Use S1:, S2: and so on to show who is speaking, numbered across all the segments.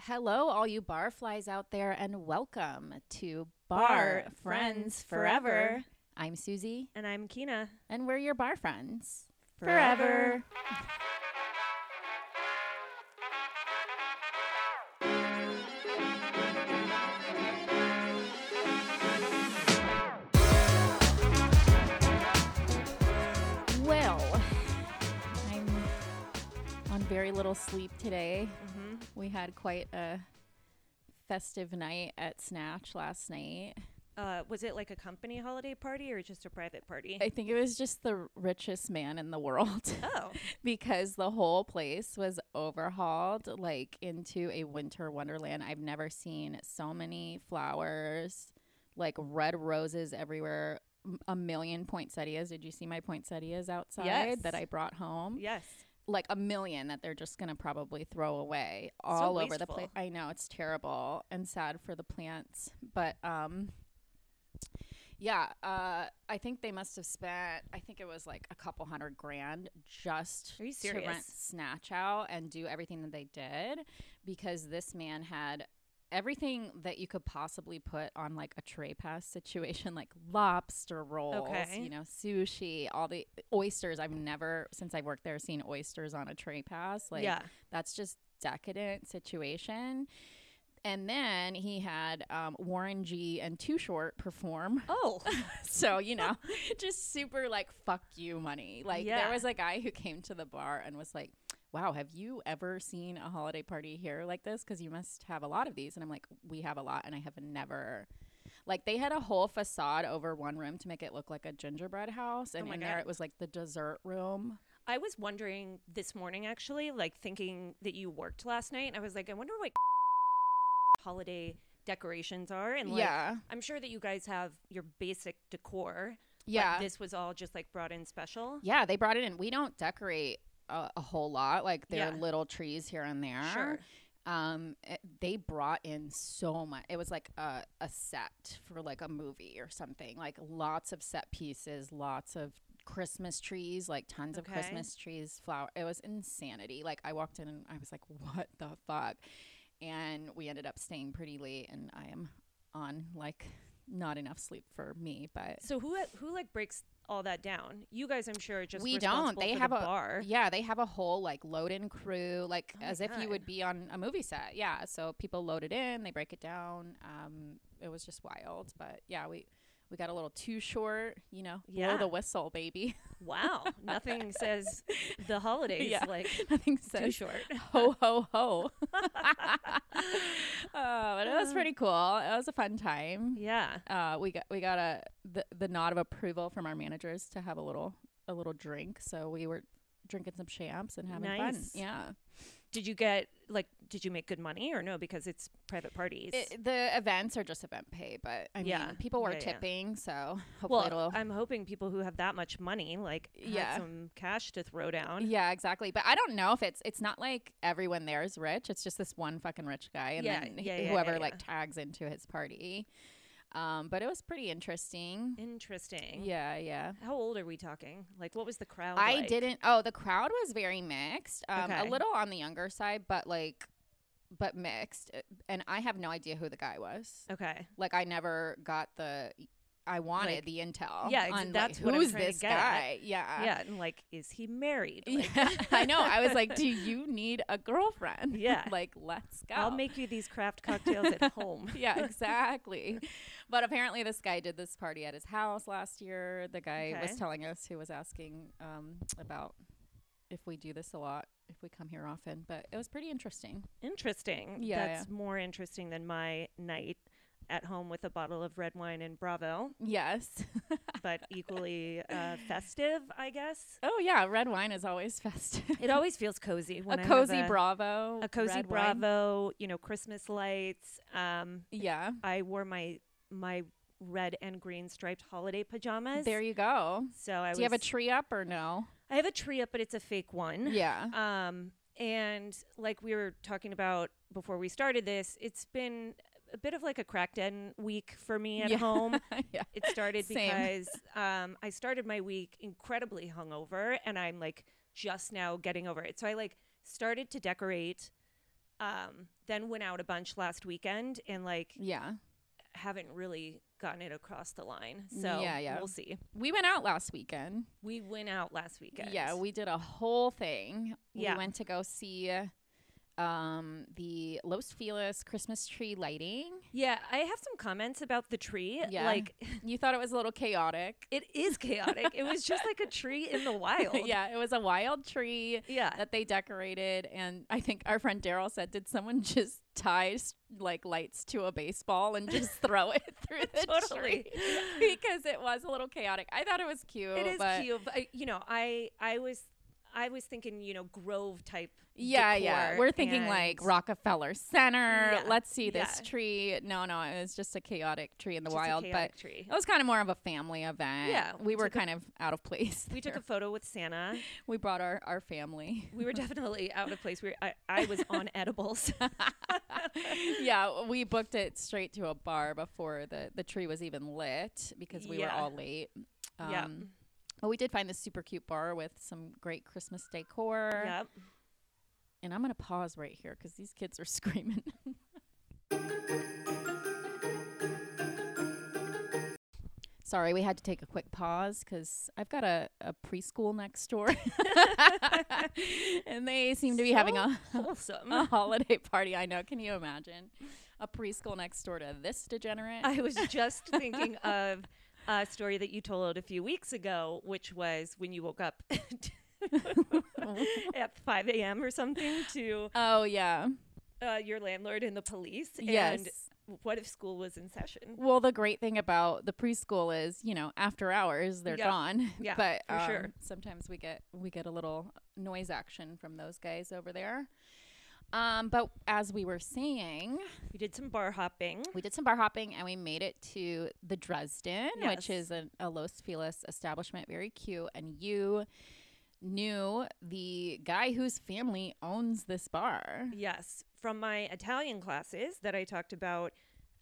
S1: Hello, all you barflies out there, and welcome to Bar, Friends Forever. I'm Susie,
S2: And I'm Kina.
S1: and we're your bar friends
S2: Forever.
S1: Well, I'm on very little sleep today.
S2: Mm-hmm.
S1: We had quite a festive night at Snatch last night.
S2: Uh, was it like a company holiday party or just a private party?
S1: I think it was just the richest man in the world.
S2: oh,
S1: because the whole place was overhauled like into a winter wonderland. I've never seen so many flowers, like red roses everywhere, m- a million poinsettias. Did you see my poinsettias outside
S2: Yes.
S1: that I brought home?
S2: yes.
S1: Like a million that they're just going to probably throw away all over the place.
S2: wasteful.
S1: I know it's terrible and sad for the plants, but um yeah, uh, I think they must have spent. I think it was like a couple hundred grand just
S2: Are you
S1: to rent
S2: serious?
S1: Snatch out and do everything that they did, because this man had everything that you could possibly put on like a tray pass situation, like lobster rolls,
S2: Okay.
S1: you know, sushi, all the oysters. I've never since I worked there seen oysters on a tray pass. Like,
S2: yeah.
S1: that's just decadent situation. And then he had um, Warren G and Too Short perform.
S2: Oh,
S1: So, you know, just super like fuck you money. Like
S2: Yeah.
S1: there was a guy who came to the bar and was like, "Wow, have you ever seen a holiday party here like this cuz you must have a lot of these." And I'm like, "We have a lot and I have never like they had a whole facade over one room to make it look like a gingerbread house and
S2: Oh my
S1: in there
S2: God.
S1: it was like the dessert room.
S2: I was wondering this morning actually, like thinking that you worked last night. I was like, I wonder what holiday decorations are. And like,
S1: yeah.
S2: I'm sure that you guys have your basic decor. but
S1: Yeah.
S2: this was all just like brought in special.
S1: Yeah, they brought it in. We don't decorate a, a whole lot. Like there are
S2: Yeah.
S1: little trees here and there.
S2: Sure.
S1: Um, it- they brought in so much. It was like a, a set for like a movie or something. Like lots of set pieces, lots of Christmas trees, like tons of
S2: Okay.
S1: Christmas trees, flower. It was insanity. Like I walked in and I was like, "What the fuck?" And we ended up staying pretty late, and I am on like not enough sleep for me, but
S2: So who who like breaks all that down? You guys, I'm sure, are just
S1: We don't.
S2: responsible
S1: They
S2: for
S1: have
S2: the
S1: a-
S2: bar.
S1: Yeah, they have a whole like load in crew, like
S2: Oh my
S1: as if you
S2: God.
S1: would be on a movie set. Yeah, so people load it in, they break it down. Um, it was just wild, but yeah, we we got a little too short, you know. Blow
S2: Yeah.
S1: the whistle, baby.
S2: Wow, nothing says the holidays
S1: Yeah.
S2: like
S1: Nothing
S2: too
S1: says
S2: short.
S1: ho ho ho. oh, but it was
S2: Uh.
S1: pretty cool. It was a fun time.
S2: Yeah.
S1: Uh, we got we got a the, the nod of approval from our managers to have a little a little drink. So we were drinking some champs and having fun.
S2: Nice.
S1: Yeah.
S2: Did you get like did you make good money or no because it's private parties?
S1: It, the events are just event pay, but I
S2: Yeah.
S1: mean, people were
S2: Yeah, yeah.
S1: tipping, so hopefully
S2: well,
S1: it'll.
S2: I'm hoping people who have that much money like
S1: Yeah.
S2: have some cash to throw down.
S1: yeah, exactly. But I don't know if it's it's not like everyone there is rich. It's just this one fucking rich guy, and
S2: Yeah,
S1: then
S2: yeah,
S1: he-
S2: yeah,
S1: whoever
S2: yeah,
S1: like
S2: yeah.
S1: tags into his party. Um, but it was pretty interesting.
S2: Interesting.
S1: Yeah, yeah.
S2: How old are we talking? Like what was the crowd
S1: I
S2: like?
S1: didn't. Oh, the crowd was very mixed. Um, A
S2: Okay.
S1: little on the younger side, but like, but mixed. And I have no idea who the guy was.
S2: Okay.
S1: Like I never got the I wanted
S2: Like-
S1: the intel.
S2: Yeah, ex-
S1: on, like,
S2: that's what I'm
S1: who's
S2: trying to
S1: this
S2: get at.
S1: guy? Yeah.
S2: yeah, and like is he married? Like,
S1: Yeah, I know. I was like, "Do you need a girlfriend?"
S2: Yeah.
S1: like let's go.
S2: I'll make you these craft cocktails at home.
S1: yeah, exactly. but apparently, this guy did this party at his house last year. The guy was
S2: Okay.
S1: telling us who was asking um, about if we do this a lot, if we come here often. But it was pretty interesting.
S2: Interesting.
S1: Yeah,
S2: That's more interesting than my night at home with a bottle of red wine and Bravo,
S1: Yes.
S2: but equally uh, festive, I guess.
S1: Oh yeah, red wine is always festive.
S2: It always feels cozy
S1: a
S2: when I have
S1: cozy
S2: a,
S1: Bravo.
S2: a cozy
S1: red wine.
S2: Bravo, you know, Christmas lights. Um,
S1: Yeah.
S2: I wore my my red and green striped holiday pajamas.
S1: There you go.
S2: so I
S1: Do you have a
S2: was-
S1: tree up or no?
S2: I have a tree up, but it's a fake one.
S1: Yeah.
S2: Um, and like we were talking about before we started this, it's been a bit of like a crackdown week for me at
S1: Yeah.
S2: home.
S1: yeah.
S2: It started
S1: Same.
S2: because um, I started my week incredibly hungover, and I'm like just now getting over it. So I like started to decorate Um, then went out a bunch last weekend and like
S1: Yeah.
S2: haven't really gotten it across the line. So
S1: Mm, Yeah, yeah.
S2: we'll see.
S1: We went out last weekend.
S2: We went out last weekend.
S1: Yeah, we did a whole thing.
S2: Yeah.
S1: We went to go see um the Los Feliz Christmas tree lighting.
S2: yeah, I have some comments about the tree.
S1: Yeah.
S2: Like
S1: You thought it was a little chaotic.
S2: it is chaotic. it was just like a tree in the wild.
S1: yeah, it was a wild tree
S2: Yeah.
S1: that they decorated and I think our friend Daryl said did someone just tie s- like lights to a baseball and just throw it through the
S2: Totally.
S1: tree because it was a little chaotic. I thought it was cute.
S2: It is
S1: Oh, but
S2: cute, but I, you know, I I was I was thinking, you know, grove type.
S1: Yeah, yeah.
S2: decor
S1: We're thinking
S2: and-
S1: like Rockefeller Center.
S2: Yeah,
S1: Let's see this
S2: yeah.
S1: tree. No, no, it was just a chaotic tree in the
S2: just a
S1: wild, but
S2: chaotic tree.
S1: it was kind of more of a family event.
S2: Yeah,
S1: we
S2: we
S1: were
S2: took a-
S1: kind of out of place.
S2: We took a
S1: there.
S2: photo with Santa.
S1: we brought our our family.
S2: We were definitely out of place. We were, I, I was on edibles.
S1: yeah, we booked it straight to a bar before the the tree was even lit because we
S2: Yeah.
S1: were all late. Um,
S2: Yeah.
S1: But we did find this super cute bar with some great Christmas decor.
S2: yep.
S1: And I'm going to pause right here because these kids are screaming. Sorry, we had to take a quick pause because I've got a, a preschool next door. and they seem to be having
S2: So
S1: a,
S2: wholesome.
S1: a holiday party. I know. Can you imagine? A preschool next door to this degenerate?
S2: I was just thinking of a story that you told a few weeks ago, which was when you woke up at 5 a.m. or something to
S1: oh, yeah.
S2: uh, your landlord and the police.
S1: Yes.
S2: And what if school was in session?
S1: Well, the great thing about the preschool is, you know, after hours they're
S2: Yeah.
S1: gone.
S2: Yeah,
S1: but
S2: for
S1: um,
S2: sure.
S1: sometimes we get we get a little noise action from those guys over there. Um, but as we were saying,
S2: We did some bar hopping.
S1: we did some bar hopping and we made it to the Dresden, which
S2: Yes.
S1: is an, a Los Feliz establishment, very cute. And you knew the guy whose family owns this bar.
S2: Yes, from my Italian classes that I talked about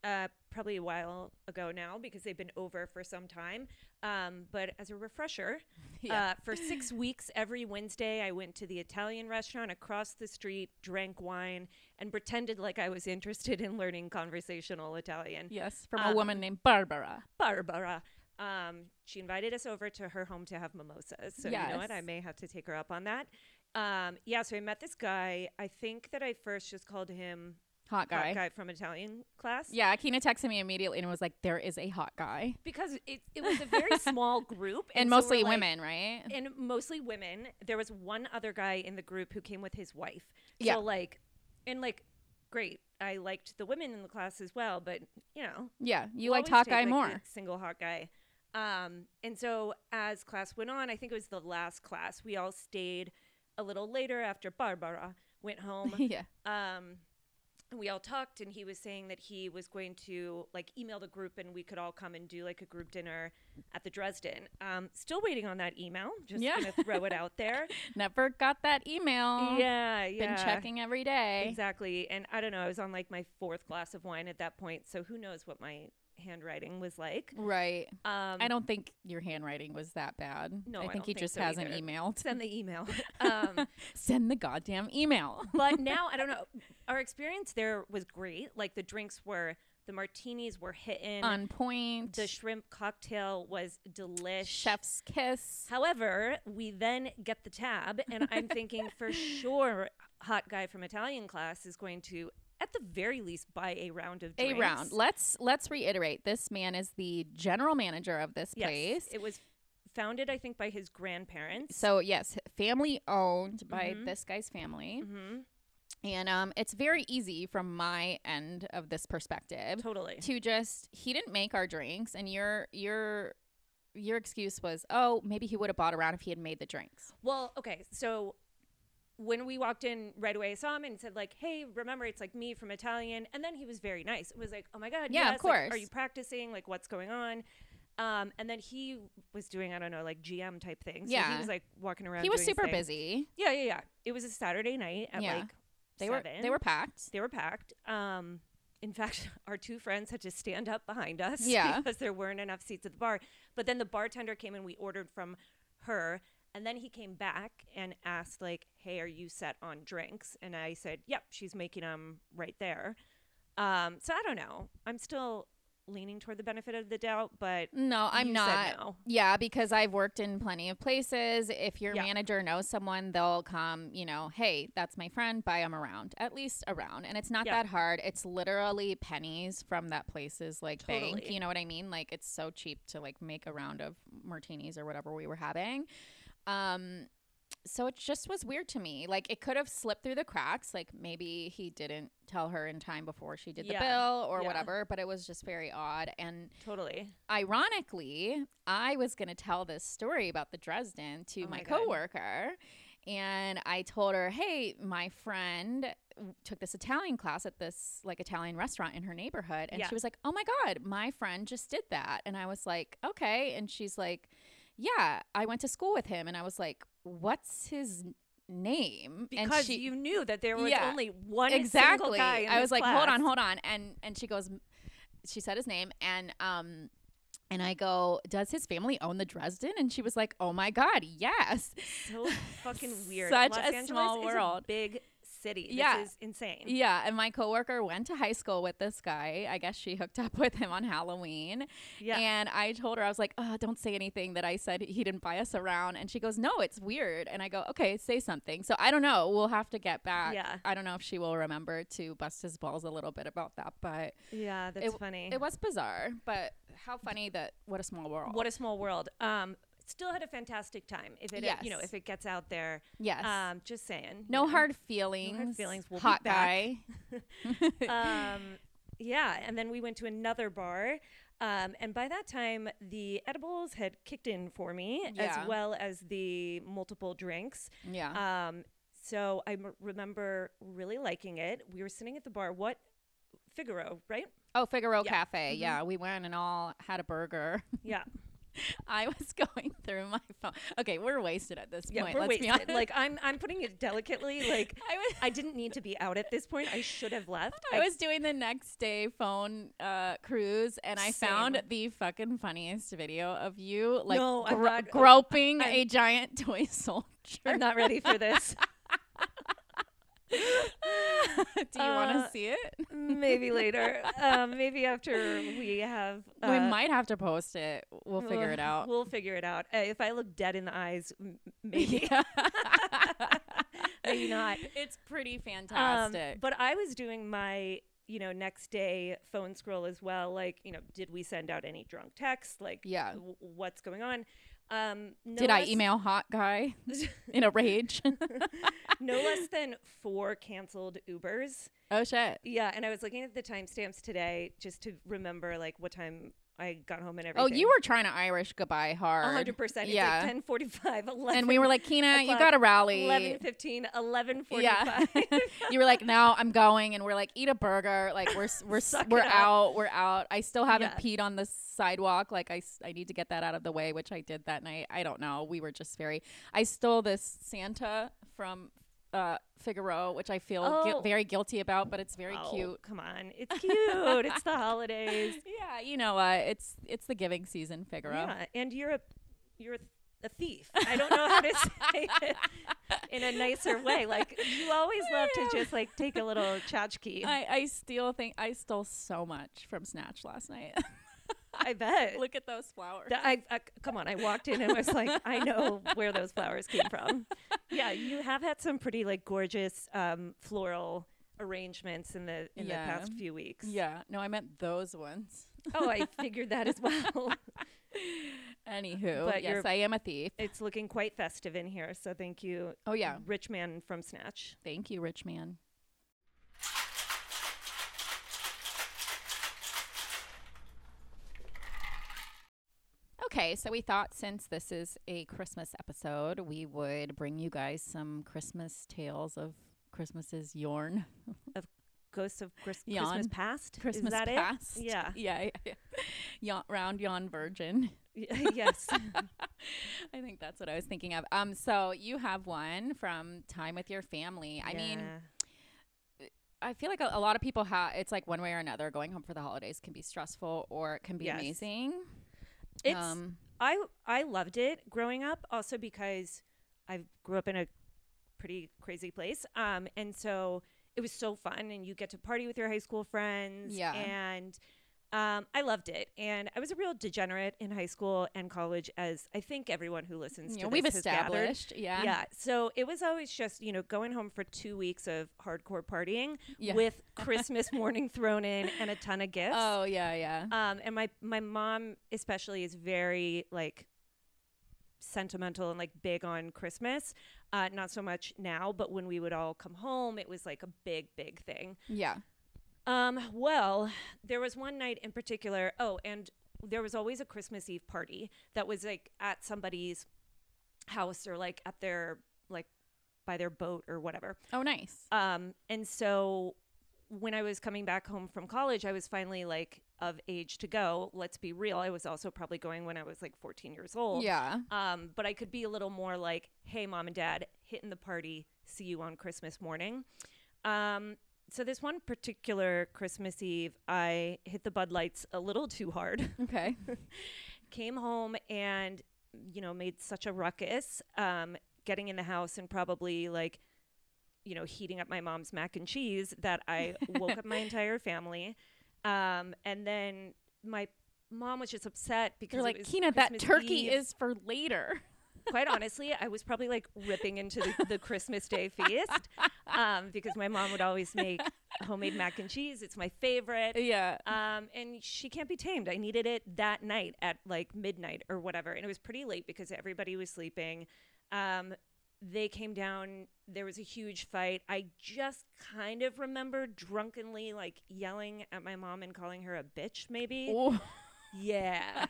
S2: uh, probably a while ago now because they've been over for some time. Um, but as a refresher,
S1: Yeah.
S2: uh, for six weeks every Wednesday, I went to the Italian restaurant across the street, drank wine, and pretended like I was interested in learning conversational Italian.
S1: Yes, from a woman named Um, Barbara.
S2: Barbara. Um, she invited us over to her home to have mimosas. So you know what? I
S1: Yes.
S2: may have to take her up on that. Um, yeah, so I met this guy. I think that I first just called him
S1: Hot guy.
S2: hot guy from Italian class.
S1: Yeah, Akina texted me immediately and was like, "There is a hot guy,"
S2: Because it, it was a very small group.
S1: and,
S2: so we're
S1: mostly
S2: like-
S1: women, right?
S2: And mostly women. There was one other guy in the group who came with his wife. So
S1: Yeah.
S2: like, and like, great. I liked the women in the class as well, but you know,
S1: yeah, you
S2: We'll
S1: liked
S2: always
S1: hot
S2: take,
S1: guy
S2: like, the
S1: more.
S2: single hot guy. Um, and so as class went on, I think it was the last class. We all stayed a little later after Barbara went home.
S1: yeah,
S2: um, and we all talked, and he was saying that he was going to like email the group, and we could all come and do like a group dinner at the Dresden. Um, still waiting on that email. Just
S1: Yeah.
S2: gonna throw it out there.
S1: never got that email.
S2: yeah,
S1: been
S2: yeah.
S1: checking every
S2: eh?
S1: day.
S2: Exactly. And I don't know. I was on like my fourth glass of wine at that point, so who knows what my handwriting was like.
S1: Right.
S2: Um,
S1: I don't think your handwriting was that bad.
S2: No,
S1: I
S2: I
S1: think
S2: don't
S1: he
S2: think
S1: just
S2: so
S1: hasn't
S2: either.
S1: emailed.
S2: send the email. Um,
S1: Send the goddamn email.
S2: but now I don't know. Our experience there was great. Like the drinks were, the martinis were hitting.
S1: On point.
S2: the shrimp cocktail was delish.
S1: chef's kiss.
S2: However, we then get the tab, and I'm thinking for sure, hot guy from Italian class is going to, at the very least, buy a round of
S1: A
S2: drinks.
S1: round. Let's let's reiterate. This man is the general manager of this
S2: Yes,
S1: place.
S2: it was founded, I think, by his grandparents.
S1: So yes, family owned by
S2: Mm-hmm.
S1: this guy's family.
S2: hmm
S1: And um, it's very easy from my end of this perspective
S2: Totally.
S1: to just he didn't make our drinks, and your your your excuse was, oh, maybe he would have bought around if he had made the drinks.
S2: Well, okay, so when we walked in right away, I saw him and said like, "Hey, remember it's like me from Italian." And then he was very nice. It was like, "Oh my god,
S1: Yeah, of
S2: yes, like, are
S1: course.
S2: you practicing? Like, what's going on?" Um, and then he was doing I don't know like GM type things. So
S1: Yeah.
S2: he was like walking around.
S1: He was
S2: doing his
S1: super
S2: thing.
S1: busy.
S2: Yeah, yeah, yeah. It was a Saturday night at
S1: Yeah.
S2: like
S1: They were
S2: seven.
S1: they were packed.
S2: they were packed. Um, in fact, our two friends had to stand up behind us
S1: Yeah.
S2: because there weren't enough seats at the bar. But then the bartender came and we ordered from her. And then he came back and asked, like, "Hey, are you set on drinks?" And I said, "Yep, she's making them right there." Um, so I don't know. I'm still leaning toward the benefit of the doubt, but
S1: No, I'm
S2: you
S1: not.
S2: Said no.
S1: Yeah, because I've worked in plenty of places. If your
S2: Yeah.
S1: manager knows someone, they'll come, you know, hey, that's my friend, buy them around, at least around. And it's not
S2: Yeah.
S1: that hard. It's literally pennies from that place's like bank.
S2: Totally.
S1: You know what I mean? Like it's so cheap to like make a round of martinis or whatever we were having. Um so it just was weird to me. Like it could have slipped through the cracks. Like maybe he didn't tell her in time before she did the
S2: Yeah.
S1: bill or
S2: Yeah.
S1: whatever, but it was just very odd and
S2: Totally.
S1: ironically, I was going to tell this story about the Dresden to
S2: Oh
S1: my,
S2: my God.
S1: coworker. And I told her, hey, my friend w- took this Italian class at this like Italian restaurant in her neighborhood. And
S2: Yeah.
S1: she was like, oh my God, my friend just did that. And I was like, okay. And she's like, yeah, I went to school with him. And I was like, what's his n- name?
S2: Because
S1: and she,
S2: you knew that there was
S1: Yeah.
S2: only one single
S1: exactly.
S2: guy. In
S1: I
S2: this
S1: was like, hold
S2: class."
S1: on, hold on, and and she goes, she said his name, and um, and I go, does his family own the Dresden? And she was like, oh my god, yes,
S2: so fucking weird.
S1: Such
S2: Los
S1: a
S2: Angeles
S1: small
S2: is
S1: world.
S2: big city.
S1: Yeah.
S2: This is insane.
S1: yeah. And my coworker went to high school with this guy. I guess she hooked up with him on Halloween,
S2: Yeah.
S1: And I told her, I was like, oh, don't say anything that I said he didn't buy us around. And she goes, no, it's weird. And I go, okay, say something. So I don't know. We'll have to get back.
S2: Yeah.
S1: I don't know if she will remember to bust his balls a little bit about that, but
S2: yeah, that's funny.
S1: it was bizarre. But how funny that what a small world.
S2: what a small world. Um, still had a fantastic time. If it, you know,
S1: Yes.
S2: if it gets out there,
S1: yes.
S2: um, just saying.
S1: no
S2: you know.
S1: hard feelings.
S2: feelings. We'll be
S1: Hot
S2: back.
S1: guy.
S2: um, yeah, and then we went to another bar. Um, and by that time, the edibles had kicked in for me,
S1: Yeah. Uh-huh.
S2: as well as the multiple drinks.
S1: Yeah.
S2: Um, so I m- remember really liking it. We were sitting at the bar. What Figaro, right?
S1: oh, Figaro
S2: yeah.
S1: Cafe.
S2: Mhm.
S1: Yeah. We went and all had a burger.
S2: Yeah,
S1: I was going through my phone. Okay, we're wasted at this
S2: yeah.
S1: point.
S2: we're
S1: let's be
S2: wasted.
S1: honest.
S2: Like I'm, I'm putting it delicately. Like
S1: I was
S2: I didn't need to be out at this point. I should have left.
S1: I was doing the next day phone uh, cruise, and I found
S2: Same.
S1: the fucking funniest video of you like
S2: No, I'm
S1: gro-
S2: not- oh,
S1: groping
S2: I'm-
S1: a giant toy soldier.
S2: I'm not ready for this.
S1: Do you want to
S2: Uh,
S1: see it?
S2: maybe later. Um, maybe after we have.
S1: we
S2: uh,
S1: might have to post it. We'll figure it out.
S2: We'll figure it out. Uh, if I look dead in the eyes, m- maybe,
S1: Yeah.
S2: maybe not.
S1: It's pretty
S2: Um,
S1: fantastic.
S2: but I was doing my, you know, next day phone scroll as well. Like, you know, did we send out any drunk texts? Like,
S1: Yeah.
S2: w- what's going on? Um, no
S1: Did I
S2: less-
S1: email hot guy in a rage?
S2: no less than four canceled Ubers.
S1: oh shit.
S2: Yeah, and I was looking at the timestamps today just to remember like what time I got home and
S1: Oh,
S2: everything.
S1: you were trying to Irish goodbye hard.
S2: hundred percent.
S1: Yeah.
S2: it's like ten forty five, eleven.
S1: And we were like, Kina, you
S2: o'clock,
S1: got to rally.
S2: eleven fifteen, eleven forty
S1: Yeah.
S2: five.
S1: you were like, "No, I'm going," and we're like, "Eat a burger." Like we're s- we're s-
S2: Suck it
S1: we're
S2: up.
S1: out, we're out. I still haven't
S2: Yeah.
S1: peed on the sidewalk. Like I s- I need to get that out of the way, which I did that night. I don't know. We were just very. I stole this Santa from uh Figaro, which I feel gui-
S2: Oh.
S1: very guilty about, but it's very
S2: Oh,
S1: cute.
S2: Come on, it's cute. it's the holidays.
S1: Yeah, you know what? it's it's the giving season, Figaro.
S2: Yeah, and you're a you're a, a thief. I don't know how to say it in a nicer way. Like you always love to just like take a little tchotchke. I,
S1: I, I steal thing I stole so much from Snatch last night.
S2: bet.
S1: Look at those flowers.
S2: Th- I, I come on. I walked in and was like, I know where those flowers came from. Yeah, you have had some pretty like gorgeous um, floral arrangements in the in
S1: Yeah.
S2: the past few weeks.
S1: yeah, no, I meant those ones.
S2: Oh, I figured that as well.
S1: Anywho,
S2: But
S1: yes,
S2: you're-
S1: I am a thief.
S2: it's looking quite festive in here. So thank you,
S1: Oh yeah,
S2: rich man from Snatch.
S1: thank you, rich man. Okay, so we thought since this is a Christmas episode, we would bring you guys some Christmas tales of Christmas's yorn,
S2: Ghosts of Chris-
S1: Yawn.
S2: Christmas Past.
S1: Christmas
S2: Is that
S1: past.
S2: it? Yeah.
S1: yeah, yeah, yeah. Yawn, round yawn virgin.
S2: Y- yes.
S1: I think that's what I was thinking of. Um, so you have one from time with your family. I mean.
S2: Yeah.
S1: I feel like a, a lot of people have. It's like one way or another. Going home for the holidays can be stressful, or it can be
S2: Yes.
S1: amazing.
S2: it's
S1: um,
S2: I I loved it growing up, also because I grew up in a pretty crazy place, um, and so it was so fun, and you get to party with your high school friends,
S1: Yeah.
S2: and um, I loved it. And I was a real degenerate in high school and college, as I think everyone who listens
S1: You
S2: to
S1: know, we've
S2: this has gathered.
S1: established. Yeah.
S2: Yeah. So it was always just, you know, going home for two weeks of hardcore partying
S1: Yeah.
S2: with Christmas morning thrown in and a ton of gifts.
S1: Oh yeah, yeah.
S2: Um, and my, my mom especially is very like sentimental and like big on Christmas. Uh, not so much now, but when we would all come home, it was like a big, big thing.
S1: Yeah.
S2: Um, well, there was one night in particular. Oh, and there was always a Christmas Eve party that was like at somebody's house or like at their like by their boat or whatever.
S1: Oh nice.
S2: Um, and so when I was coming back home from college, I was finally like of age to go. Let's be real. I was also probably going when I was like 14 years old.
S1: Yeah.
S2: Um, but I could be a little more like, hey, mom and dad, hitting the party. See you on Christmas morning. Um, so this one particular Christmas Eve, I hit the Bud Lights a little too hard.
S1: Okay.
S2: Came home and you know made such a ruckus, um, getting in the house and probably like you know heating up my mom's mac and cheese that I woke up my entire family. Um, and then my mom was just upset because
S1: You're
S2: it
S1: like
S2: was
S1: Kina. That
S2: Christmas
S1: turkey
S2: Eve."
S1: is for later.
S2: quite honestly, I was probably like ripping into the, the Christmas Day feast um, because my mom would always make homemade mac and cheese. It's my favorite.
S1: Yeah.
S2: Um, and she can't be tamed. I needed it that night at like midnight or whatever. And it was pretty late because everybody was sleeping. Um, they came down. There was a huge fight. I just kind of remember drunkenly like yelling at my mom and calling her a bitch, maybe.
S1: Ooh.
S2: Yeah.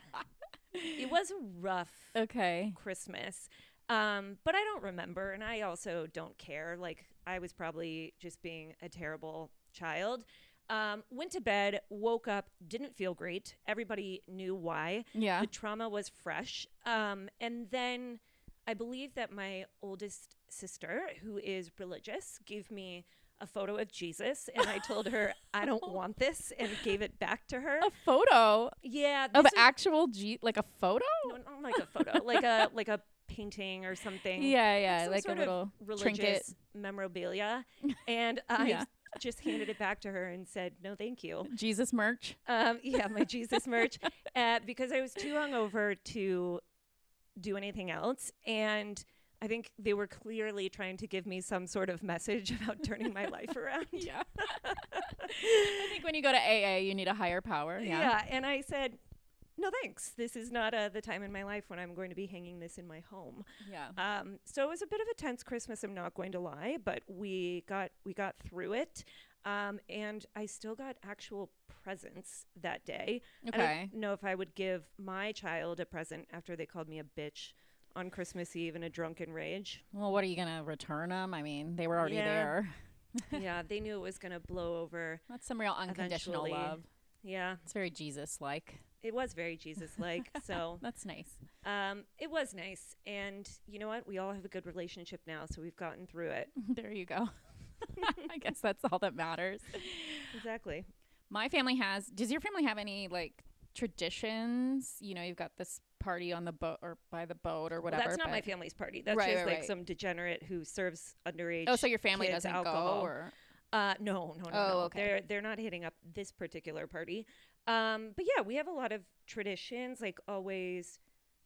S2: it was a rough
S1: Okay.
S2: Christmas. Um, but I don't remember, and I also don't care. Like I was probably just being a terrible child. Um, went to bed, woke up, didn't feel great. Everybody knew why.
S1: Yeah.
S2: The trauma was fresh. Um, and then I believe that my oldest sister, who is religious, gave me a photo of Jesus, and I told her I don't want this, and gave it back to her.
S1: A photo
S2: Yeah,
S1: of
S2: this is-
S1: actual G, like a photo.
S2: no, not like a photo, like a like a painting or something.
S1: Yeah, yeah,
S2: some
S1: like a
S2: sort of
S1: little
S2: religious
S1: trinket.
S2: memorabilia, and I
S1: Yeah.
S2: just handed it back to her and said, "No, thank you."
S1: Jesus merch.
S2: Um, yeah, my Jesus merch, uh, because I was too hungover to do anything else, and I think they were clearly trying to give me some sort of message about turning my life around.
S1: Yeah. I think when you go to AA, you need a higher power. Yeah.
S2: and I said. No thanks. This is not uh, the time in my life when I'm going to be hanging this in my home.
S1: Yeah.
S2: Um, so it was a bit of a tense Christmas. I'm not going to lie, but we got we got through it, um, and I still got actual presents that day. I
S1: Okay.
S2: don't know if I would give my child a present after they called me a bitch on Christmas Eve in a drunken rage.
S1: Well, what are you gonna return them? I mean, they were already
S2: Yeah.
S1: there.
S2: yeah, they knew it was going to blow over.
S1: That's some real unconditional
S2: Eventually.
S1: love.
S2: Yeah,
S1: It's very Jesus-like.
S2: it was very Jesus-like. so
S1: That's nice.
S2: um, it was nice, and you know what? We all have a good relationship now, so we've gotten through it.
S1: There you go. I guess that's all that matters.
S2: Exactly.
S1: My family has. Does your family have any like traditions? You know, you've got this party on the boat or by the boat or
S2: Well,
S1: whatever.
S2: that's not my
S1: but-
S2: family's party. That's
S1: Right,
S2: just
S1: right,
S2: like
S1: right.
S2: some degenerate who serves underage.
S1: Oh, so your family
S2: kids
S1: doesn't
S2: alcohol.
S1: go or
S2: Uh, no,
S1: Oh,
S2: no, no. no.
S1: okay.
S2: They're they're not hitting up this particular party. Um, but yeah, we have a lot of traditions, like always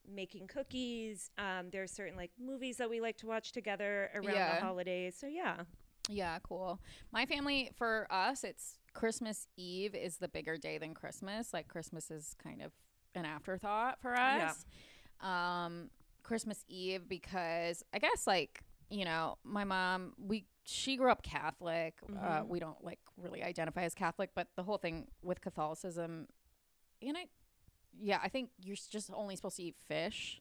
S2: making cookies. Um, there are certain like movies that we like to watch together around
S1: Yeah.
S2: the holidays. So yeah,
S1: Yeah, cool. My family, for us, it's Christmas Eve is the bigger day than Christmas. Like Christmas is kind of an afterthought for
S2: Yeah.
S1: us. Um, Christmas Eve because I guess like you know my mom we she grew up Catholic. Uh,
S2: Mhm.
S1: we don't like really identify as Catholic, but the whole thing with Catholicism, and I, yeah, I think you're s- just only supposed to eat fish.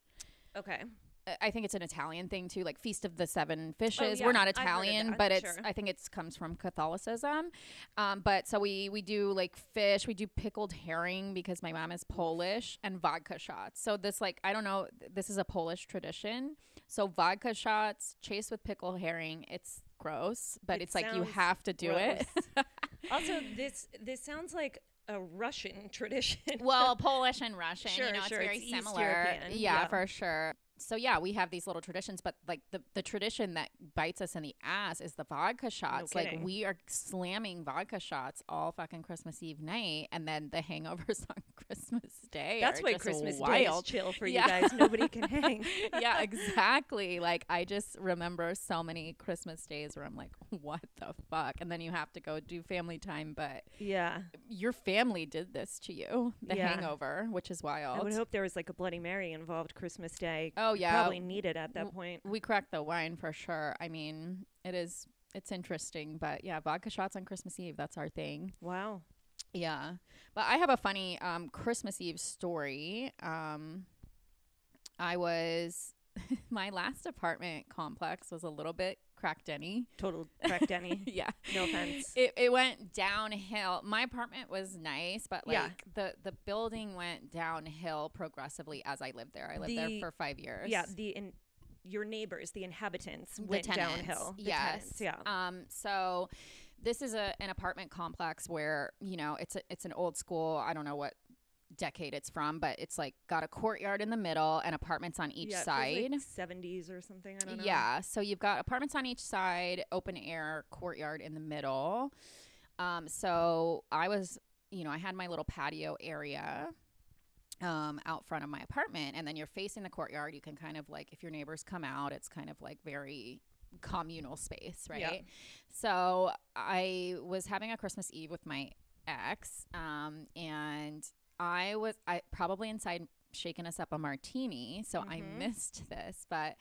S2: okay,
S1: uh, I- I think it's an Italian thing too, like Feast of the Seven Fishes.
S2: Oh, yeah.
S1: We're not
S2: I've heard of
S1: Italian,
S2: that,
S1: but it's
S2: sure.
S1: I think it's comes from Catholicism. Um, but so we we do like fish, we do pickled herring because my mom is Polish, and vodka shots. So this like I don't know, th- this is a Polish tradition. So vodka shots chased with pickled herring. It's gross, but
S2: It
S1: it's like you
S2: sounds
S1: have to do it.
S2: gross. also, this this sounds like a Russian tradition.
S1: well, Polish and Russian,
S2: Sure,
S1: you know,
S2: sure,
S1: it's very
S2: it's East
S1: similar.
S2: European,
S1: Yeah,
S2: yeah.
S1: for sure. So yeah, we have these little traditions, but like the, the tradition that bites us in the ass is the vodka shots. like
S2: kidding.
S1: we are slamming vodka shots all fucking Christmas Eve night, and then the hangovers on Christmas Day.
S2: That's
S1: are
S2: why
S1: just
S2: Christmas Day is
S1: wild.
S2: chill for
S1: Yeah.
S2: you guys. Nobody can hang.
S1: yeah, exactly. Like I just remember so many Christmas days where I'm like, what the fuck? And then you have to go do family time, but
S2: Yeah.
S1: your family did this to you, the
S2: Yeah.
S1: hangover, which is wild.
S2: I would hope there was like a Bloody Mary involved Christmas Day.
S1: Oh yeah,
S2: Probably needed at that
S1: W-
S2: point.
S1: we cracked the wine for sure. I mean, it is it's interesting, but yeah, vodka shots on Christmas Eve, that's our thing.
S2: Wow.
S1: Yeah. But I have a funny um Christmas Eve story. Um I was my last apartment complex was a little bit crack denny.
S2: Total crack Denny.
S1: yeah.
S2: No offense.
S1: It, it went downhill. My apartment was nice, but like
S2: Yeah.
S1: the the building went downhill progressively as I lived there. I lived
S2: The-
S1: there for 5 years.
S2: yeah. The in your neighbors, the inhabitants,
S1: the
S2: went
S1: tenants.
S2: downhill. The
S1: yes.
S2: tenants, yeah.
S1: Um. So this is a an apartment complex where you know it's a, it's an old school. I don't know what decade it's from, but it's like got a courtyard in the middle and apartments on each side.
S2: Seventies or something. I don't know.
S1: Yeah. So you've got apartments on each side, open air courtyard in the middle. Um, so I was, you know, I had my little patio area um, out front of my apartment, and then you're facing the courtyard. You can kind of like, if your neighbors come out, it's kind of like very communal space, right?
S2: Yeah.
S1: So I was having a Christmas Eve with my ex, um, and I was I probably inside shaking us up a martini, so I
S2: Mhm.
S1: missed this, but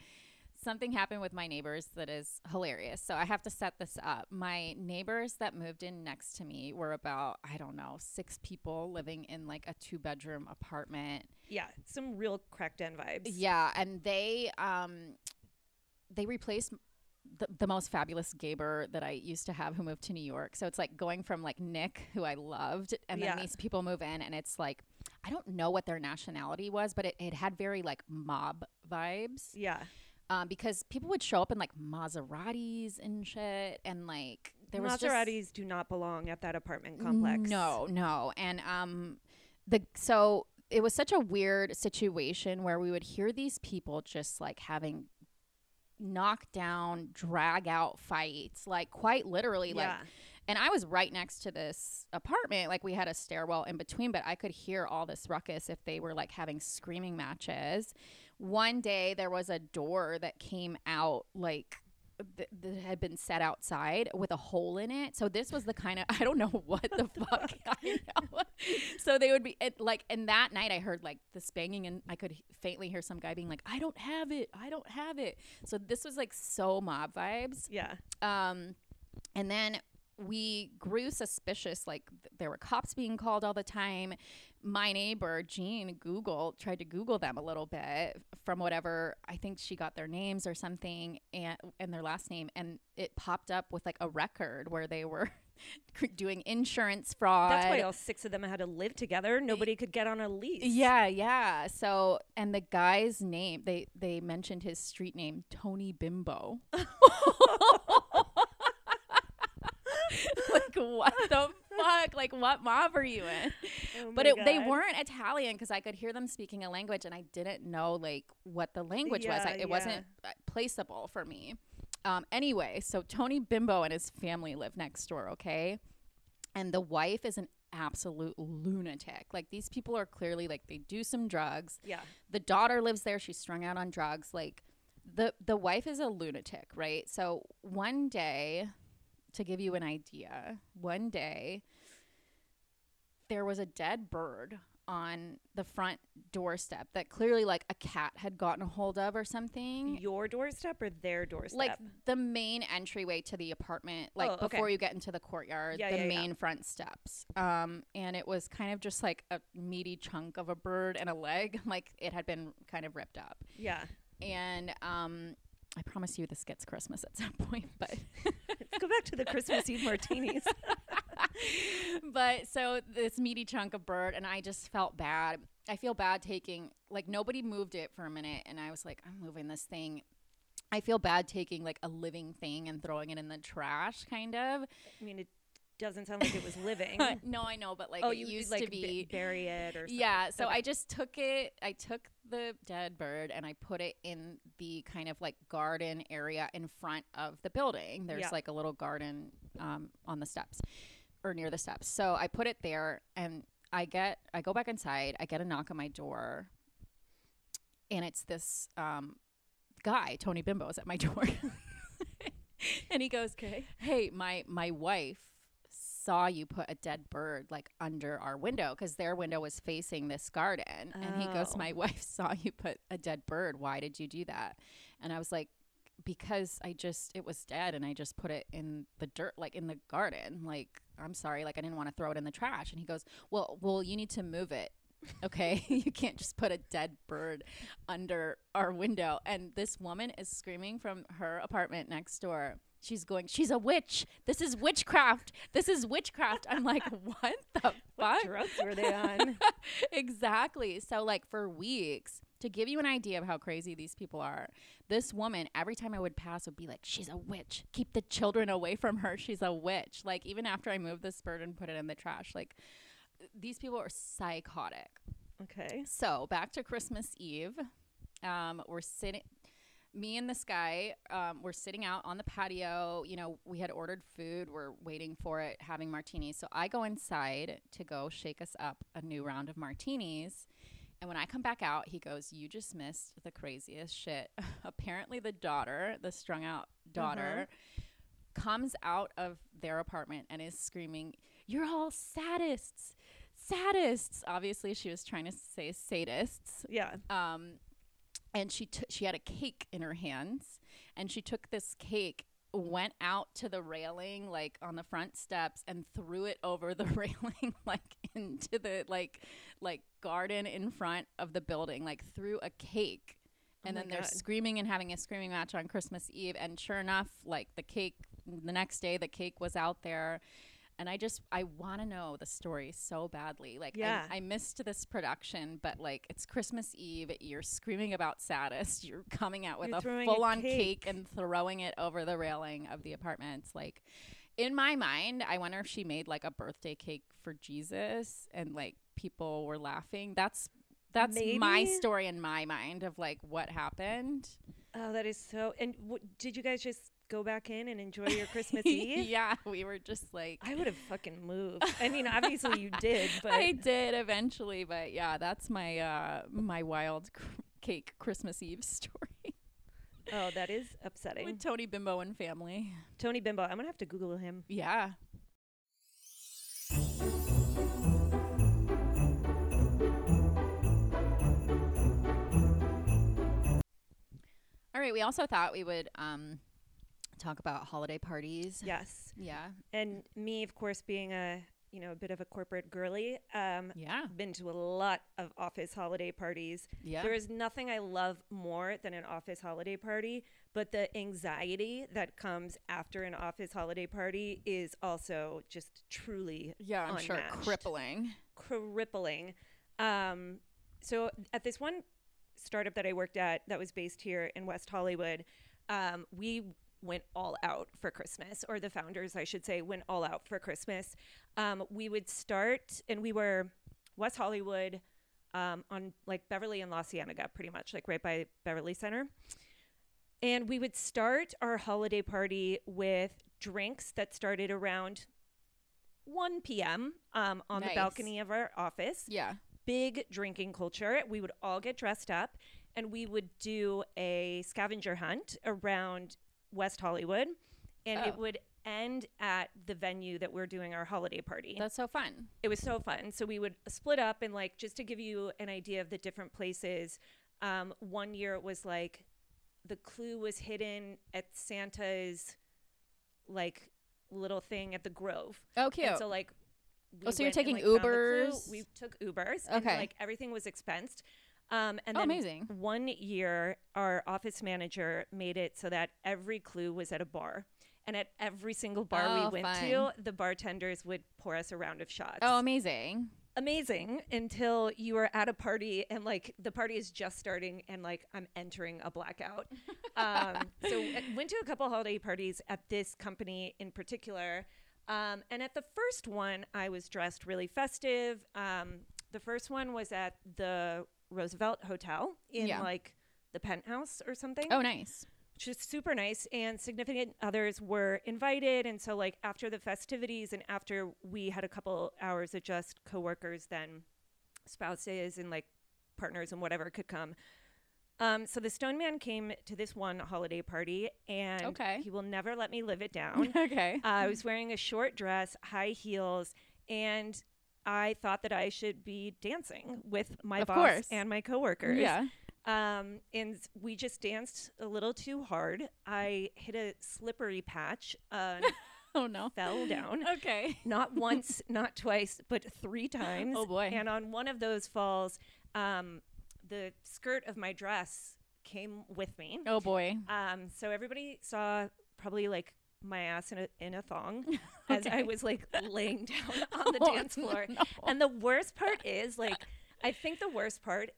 S1: something happened with my neighbors that is hilarious. So I have to set this up. My neighbors that moved in next to me were about, I don't know, six people living in like a two bedroom apartment.
S2: Yeah. Some real crack Den vibes.
S1: Yeah, and they um they replaced the, the most fabulous Gaber that I used to have who moved to New York. So it's like going from like Nick, who I loved, and then
S2: Yeah.
S1: these people move in, and it's like I don't know what their nationality was, but it, it had very like mob vibes
S2: Yeah.
S1: um, because people would show up in like Maseratis and shit, and like there was just-
S2: Maseratis do not belong at that apartment complex.
S1: no, no, and um, the so it was such a weird situation where we would hear these people just like having knockdown, drag out fights, like quite literally, like
S2: Yeah.
S1: and I was right next to this apartment. Like we had a stairwell in between, but I could hear all this ruckus if they were like having screaming matches. One day there was a door that came out like th- that had been set outside with a hole in it. So this was the kind of I don't know what the fuck. I know. so they would be it, like, and that night I heard like the banging, and I could faintly hear some guy being like, "I don't have it, I don't have it." So this was like so mob vibes.
S2: Yeah.
S1: Um, and then we grew suspicious. Like th- there were cops being called all the time. My neighbor Jean Google tried to Google them a little bit from whatever I think she got their names or something and and their last name, and it popped up with like a record where they were doing insurance fraud.
S2: That's why all six of them had to live together. Nobody could get on a lease.
S1: Yeah, yeah. So, and the guy's name, they they mentioned his street name, Tony Bimbo. like what the fuck? Like what mob are you in?
S2: Oh my
S1: But it, they
S2: God.
S1: weren't Italian because I could hear them speaking a language and I didn't know like what the language was.
S2: Yeah,
S1: I, it
S2: yeah.
S1: wasn't uh, placeable for me. Um, anyway, so Tony Bimbo and his family live next door, okay? And the wife is an absolute lunatic. Like these people are clearly like they do some drugs.
S2: Yeah.
S1: The daughter lives there, she's strung out on drugs. Like the the wife is a lunatic, right? So one day to give you an idea, one day there was a dead bird on the front doorstep that clearly like a cat had gotten a hold of or something
S2: Your doorstep or their doorstep?
S1: like the main entryway to the apartment like
S2: Oh, okay.
S1: before you get into the courtyard
S2: Yeah,
S1: the
S2: yeah, yeah.
S1: main front steps um and it was kind of just like a meaty chunk of a bird and a leg like it had been kind of ripped up
S2: yeah.
S1: and um i promise you this gets christmas at some point but
S2: Let's go back to the Christmas Eve martinis.
S1: but so this meaty chunk of bird and i just felt bad i feel bad taking like nobody moved it for a minute and i was like i'm moving this thing i feel bad taking like a living thing and throwing it in the trash kind of
S2: I mean, it doesn't sound like it was living.
S1: no, I know, but like
S2: oh,
S1: it
S2: you
S1: used
S2: like
S1: to be.
S2: bu- bury it or something.
S1: yeah, so
S2: Okay.
S1: I just took it. I took the dead bird and I put it in the kind of like garden area in front of the building. There's
S2: Yeah.
S1: like a little garden um, on the steps or near the steps. So I put it there and I get, I go back inside. I get a knock on my door and it's this um, guy, Tony Bimbo, is at my door. and he goes,
S2: Okay.
S1: hey my my wife saw you put a dead bird like under our window because their window was facing this garden and he goes
S2: Oh.
S1: my wife saw you put a dead bird why did you do that and i was like because i just it was dead and i just put it in the dirt like in the garden like i'm sorry like i didn't want to throw it in the trash and he goes well well you need to move it okay you can't just put a dead bird under our window and this woman is screaming from her apartment next door she's going she's a witch this is witchcraft this is witchcraft i'm like what the
S2: What
S1: fuck
S2: drugs were they on?
S1: exactly so like for weeks to give you an idea of how crazy these people are this woman every time i would pass would be like she's a witch keep the children away from her she's a witch like even after i moved this bird and put it in the trash like these people are psychotic
S2: okay.
S1: so back to Christmas Eve. Um, we're sitting, me and this guy, um, we're sitting out on the patio. You know, we had ordered food, we're waiting for it, having martinis. So I go inside to go shake us up a new round of martinis. And when I come back out, he goes, You just missed the craziest shit. Apparently, the daughter, the strung out daughter, comes out of their apartment and is screaming, You're all sadists, sadists. Obviously, she was trying to say sadists.
S2: Yeah.
S1: Um, and she, t- she had a cake in her hands and she took this cake. Went out to the railing, like on the front steps, and threw it over the railing, like into the like, like garden in front of the building, like threw a cake and
S2: Oh my
S1: then they're
S2: God.
S1: screaming and having a screaming match on Christmas Eve. And sure enough, like the cake, the next day, the cake was out there. And I just, I want to know the story so badly. Like, I-
S2: Yeah.
S1: I, missed this production, but like, it's Christmas Eve. You're screaming about saddest. You're coming out with
S2: You're
S1: a
S2: throwing a
S1: full on
S2: cake.
S1: cake and throwing it over the railing of the apartments. Like, in my mind, I wonder if she made like a birthday cake for Jesus and like people were laughing. That's that's my
S2: Maybe.
S1: story in my mind of like what happened.
S2: Oh, that is so. And w- did you guys just go back in and enjoy your Christmas Eve?
S1: yeah, we were just like
S2: I would have fucking moved. I mean, obviously you did, but
S1: I did eventually, but yeah, that's my uh my wild cr- cake Christmas Eve story
S2: oh, that is upsetting.
S1: with Tony Bimbo and family.
S2: Tony Bimbo. I'm gonna have to Google him.
S1: Yeah. All right, we also thought we would um, talk about holiday parties.
S2: Yes.
S1: Yeah.
S2: And me, of course, being a you know a bit of a corporate girly, um,
S1: Yeah.
S2: been to a lot of office holiday parties.
S1: Yeah.
S2: There is nothing I love more than an office holiday party, but the anxiety that comes after an office holiday party is also just truly
S1: yeah, I'm sure
S2: unmatched.
S1: crippling.
S2: crippling. Um, so at this one startup that I worked at that was based here in West Hollywood, um, we went all out for Christmas, or the founders, I should say, went all out for Christmas. Um, we would start, and we were West Hollywood um, on like Beverly and La Cienega, pretty much, like right by Beverly Center. And we would start our holiday party with drinks that started around 1 p.m. Um, on
S1: Nice.
S2: the balcony of our office.
S1: Yeah.
S2: Big drinking culture. We would all get dressed up and we would do a scavenger hunt around West Hollywood. And it
S1: Oh.
S2: would end at the venue that we're doing our holiday party
S1: That's so fun.
S2: it was so fun. So we would split up and like just to give you an idea of the different places. Um, one year it was like the clue was hidden at Santa's like little thing at the Grove.
S1: Oh, cute.
S2: And so like. We
S1: Oh, so you're
S2: went and,
S1: taking
S2: like, found the clue.
S1: Ubers?
S2: We took Ubers. And,
S1: Okay.
S2: like everything was expensed. Um, and
S1: Oh,
S2: then
S1: amazing.
S2: one year, our office manager made it so that every clue was at a bar. And at every single bar
S1: Oh,
S2: we went to, the bartenders would pour us a round of shots
S1: oh, amazing.
S2: amazing until you are at a party and like the party is just starting and like I'm entering a blackout. uh, Um, so I went to a couple holiday parties at this company in particular. Um, and at the first one, I was dressed really festive. Um, the first one was at the Roosevelt Hotel in
S1: Yeah.
S2: like the penthouse or something
S1: Oh, nice.
S2: which is super nice. And significant others were invited. And so, like, after the festivities and after we had a couple hours of just coworkers, then spouses and like partners and whatever could come. Um, so the Stone Man came to this one holiday party, and
S1: Okay.
S2: he will never let me live it down.
S1: okay.
S2: Uh, I was wearing a short dress, high heels, and I thought that I should be dancing with my
S1: Of
S2: boss
S1: course.
S2: and my coworkers.
S1: Yeah.
S2: Um, and s- we just danced a little too hard. I hit a slippery patch uh, and
S1: Oh no.
S2: fell down.
S1: Okay.
S2: Not once, not twice, but three times.
S1: Oh, boy.
S2: And on one of those falls, um, the skirt of my dress came with me.
S1: Oh boy.
S2: Um, so everybody saw probably like my ass in a, in a thong as I
S1: Okay.
S2: was like laying down on the
S1: Oh,
S2: dance floor.
S1: no.
S2: And the worst part is like, I think the worst part,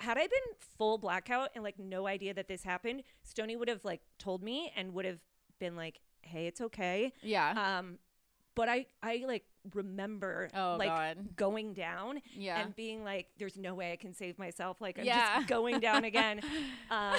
S2: had I been full blackout and like no idea that this happened, Stony would have like told me and would have been like, hey, it's okay.
S1: Yeah.
S2: Um, but I, I like remember
S1: oh
S2: like
S1: god.
S2: going down
S1: Yeah.
S2: and being like, there's no way I can save myself. Like I'm
S1: Yeah.
S2: just going down again. um,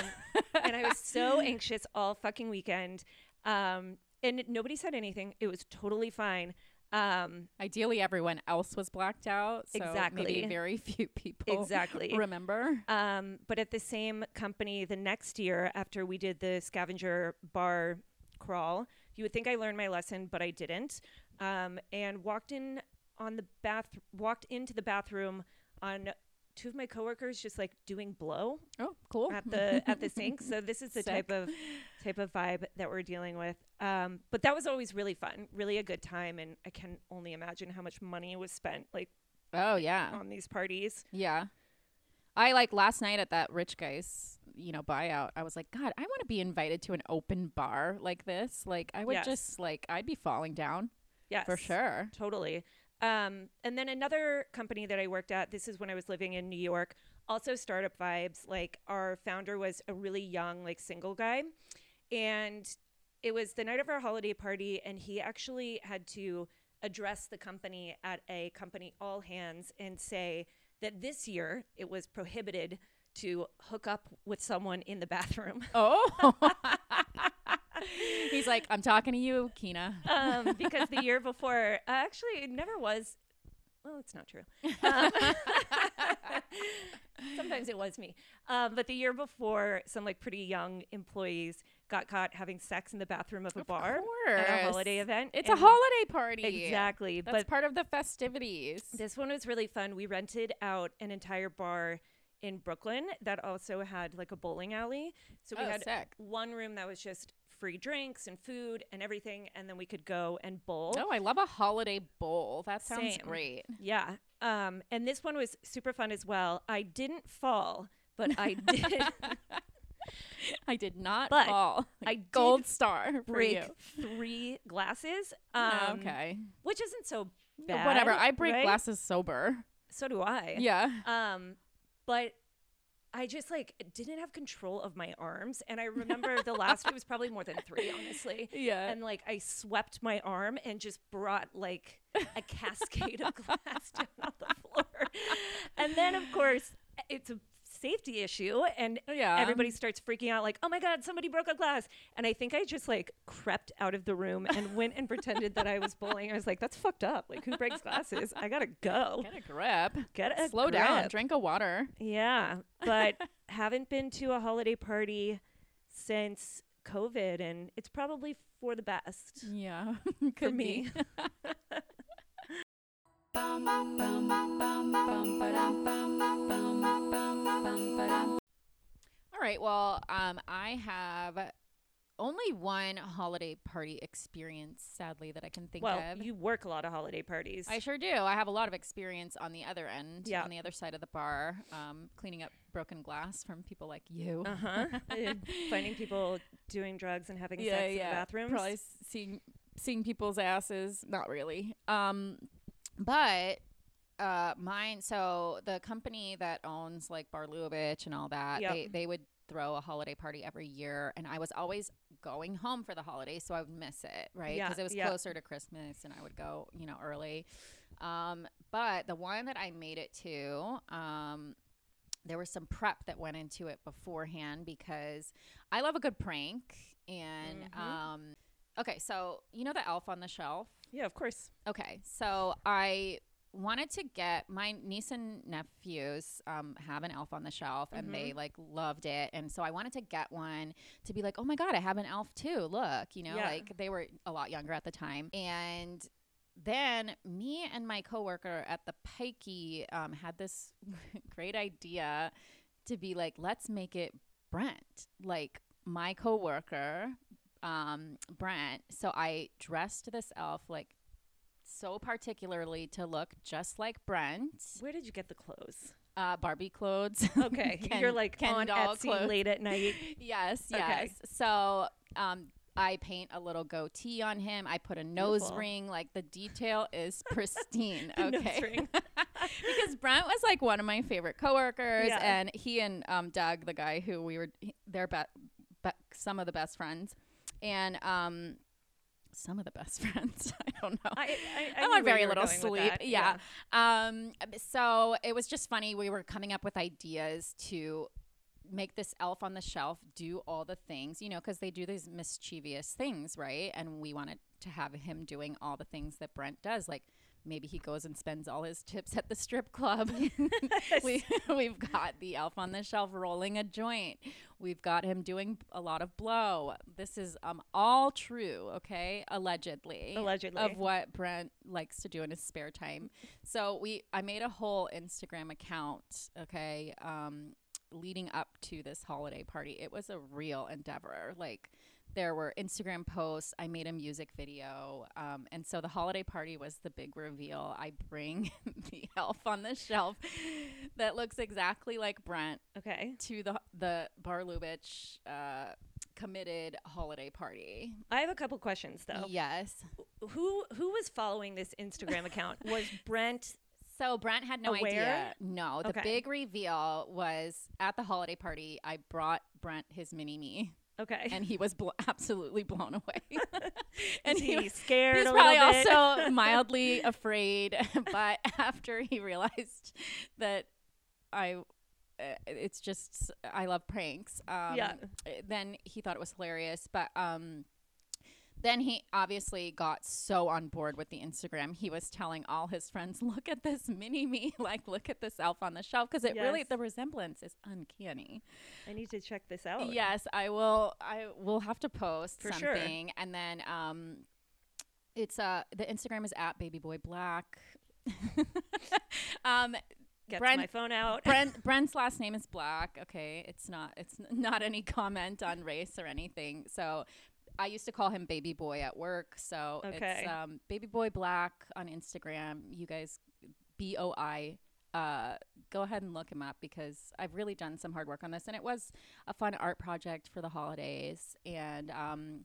S2: and I was so anxious all fucking weekend. Um, and nobody said anything. It was totally fine. Um,
S1: Ideally, everyone else was blacked out. So
S2: Exactly.
S1: Maybe very few people.
S2: Exactly.
S1: Remember.
S2: um, but at the same company the next year, after we did the scavenger bar crawl, you would think I learned my lesson, but I didn't. Um, and walked in on the bath, walked into the bathroom on two of my coworkers just like doing blow
S1: Oh, cool.
S2: at the at the sink. So this is the type of type of vibe that we're dealing with. Um, but that was always really fun, really a good time, and I can only imagine how much money was spent like
S1: Oh yeah.
S2: on these parties.
S1: Yeah. I like last night at that rich guy's, you know, buyout. I was like, God, I want to be invited to an open bar like this. Like, I would
S2: Yes.
S1: just like, I'd be falling down
S2: Yes,
S1: for sure.
S2: totally. Um, and then another company that I worked at. This is when I was living in New York. Also startup vibes. Like our founder was a really young, like single guy, and it was the night of our holiday party, and he actually had to address the company at a company all hands and say that this year it was prohibited to hook up with someone in the bathroom.
S1: Oh, he's like, I'm talking to you, Kina.
S2: um, because the year before, uh, actually, it never was. Well, it's not true. Um, sometimes it was me. Um, but the year before, some like pretty young employees got caught having sex in the bathroom of a bar at a
S1: course.
S2: holiday event.
S1: It's a
S2: and-
S1: holiday party.
S2: Exactly.
S1: That's
S2: but
S1: part of the festivities.
S2: this one was really fun. We rented out an entire bar in Brooklyn that also had like a bowling alley. So we
S1: Oh,
S2: had
S1: sick.
S2: one room that was just free drinks and food and everything. And then we could go and bowl.
S1: Oh, I love a holiday bowl. That sounds
S2: Same.
S1: great.
S2: Yeah. Um, and this one was super fun as well. I didn't fall, but I did
S1: I did not
S2: But
S1: fall.
S2: I did
S1: gold star for
S2: break
S1: you.
S2: three glasses. Um,
S1: Oh, okay.
S2: Which isn't so
S1: Yeah,
S2: bad.
S1: Whatever. I break
S2: right?
S1: glasses sober.
S2: So do I.
S1: Yeah.
S2: Um, but I just like didn't have control of my arms, and I remember the last. It was probably more than three, honestly.
S1: Yeah.
S2: And like I swept my arm and just brought like a cascade of glass down on the floor, and then of course it's a safety issue, and
S1: yeah.
S2: everybody starts freaking out like, "Oh my god, somebody broke a glass!" And I think I just like crept out of the room and went and pretended that I was bowling. I was like, "That's fucked up! Like, who breaks glasses? I gotta go."
S1: get a grip.
S2: Get a
S1: Slow down.
S2: grip.
S1: Drink a water.
S2: Yeah, but haven't been to a holiday party since COVID, and it's probably for the best
S1: Yeah.
S2: for me.
S1: All right. Well, um, I have only one holiday party experience, sadly, that I can think
S2: Well,
S1: of.
S2: you work a lot of holiday parties.
S1: I sure do. I have a lot of experience on the other end,
S2: Yeah.
S1: on the other side of the bar, um, cleaning up broken glass from people like you.
S2: uh huh. Finding people doing drugs and having sex in the bathrooms.
S1: Probably s- seeing seeing people's asses. Not really. Um, but uh, mine. So the company that owns like Bar Lubavitch and all that,
S2: Yep.
S1: they they would throw a holiday party every year, and I was always going home for the holiday, so I would miss it, right?
S2: Yeah,
S1: Because it was
S2: yeah.
S1: closer to Christmas, and I would go, you know, early. Um, but the one that I made it to, um, there was some prep that went into it beforehand because I love a good prank. And
S2: Mhm.
S1: um, okay, so you know the elf on the shelf?
S2: Yeah, of course.
S1: Okay, so I wanted to get my niece and nephews um, have an elf on the shelf and they like loved it and so i wanted to get one to be like oh my god i have an elf too look you know
S2: Yeah.
S1: like they were a lot younger at the time and then me and my coworker at the pikey um, had this great idea to be like let's make it brent like my coworker um, brent so i dressed this elf like so particularly to look just like Brent,
S2: Where did you get the clothes?
S1: uh, Barbie clothes.
S2: Okay,
S1: Ken-
S2: you're like
S1: Ken
S2: on
S1: doll
S2: Etsy
S1: clothes.
S2: late at night.
S1: yes, yes.
S2: Okay.
S1: So um, I paint a little goatee on him. I put a nose
S2: Beautiful.
S1: ring. Like the detail is pristine.
S2: The nose
S1: okay.
S2: ring.
S1: because Brent was like one of my favorite coworkers,
S2: Yeah.
S1: and he and um, Doug, the guy who we were, he- they're be- be- some of the best friends, and um, some of the best friends. I don't know.
S2: I, I, I,
S1: I
S2: knew
S1: want
S2: where
S1: very
S2: you were
S1: little
S2: going with
S1: sleep,
S2: that,
S1: yeah. Um, so it was just funny. We were coming up with ideas to make this elf on the shelf do all the things, you know, because they do these mischievous things, right? And we wanted to have him doing all the things that Brent does, like maybe he goes and spends all his tips at the strip club. we we've got the elf on the shelf rolling a joint. We've got him doing a lot of blow. This is um all true, okay? Allegedly
S2: Allegedly.
S1: of what Brent likes to do in his spare time. So we I made a whole Instagram account, okay, um, leading up to this holiday party. It was a real endeavor. Like there were Instagram posts. I made a music video, um, and so the holiday party was the big reveal. I bring the elf on the shelf that looks exactly like Brent
S2: Okay.
S1: to the the Bar Lubitsch, uh, committed holiday party.
S2: I have a couple questions though.
S1: Yes.
S2: Who who was following this Instagram account? Was Brent
S1: So Brent had no
S2: Aware?
S1: idea. No, the
S2: Okay.
S1: big reveal was at the holiday party. I brought Brent his mini me,
S2: okay?
S1: and he was bl- absolutely blown away. and
S2: Is
S1: he,
S2: he,
S1: was
S2: scared
S1: he was
S2: a
S1: probably
S2: little bit?
S1: also mildly afraid. But after he realized that I, uh, it's just I love pranks. Um,
S2: Yeah.
S1: Then he thought it was hilarious, but um. Then he obviously got so on board with the Instagram. He was telling all his friends, "Look at this mini me! Like, look at this elf on the shelf!" Because it really
S2: Yes.
S1: the resemblance is uncanny.
S2: I need to check this out.
S1: Yes, I will. I will have to post
S2: Oh, For sure.
S1: something, and then um, it's uh the Instagram is at Baby Boy Black. um,
S2: Gets
S1: Brent-
S2: my phone out.
S1: Brent Brent's last name is Black. Okay, it's not it's n- not any comment on race or anything. So. I used to call him Baby Boy at work, so
S2: Okay.
S1: it's um, Baby Boy Black on Instagram. You guys, B O I. Uh, go ahead and look him up because I've really done some hard work on this, and it was a fun art project for the holidays. And um,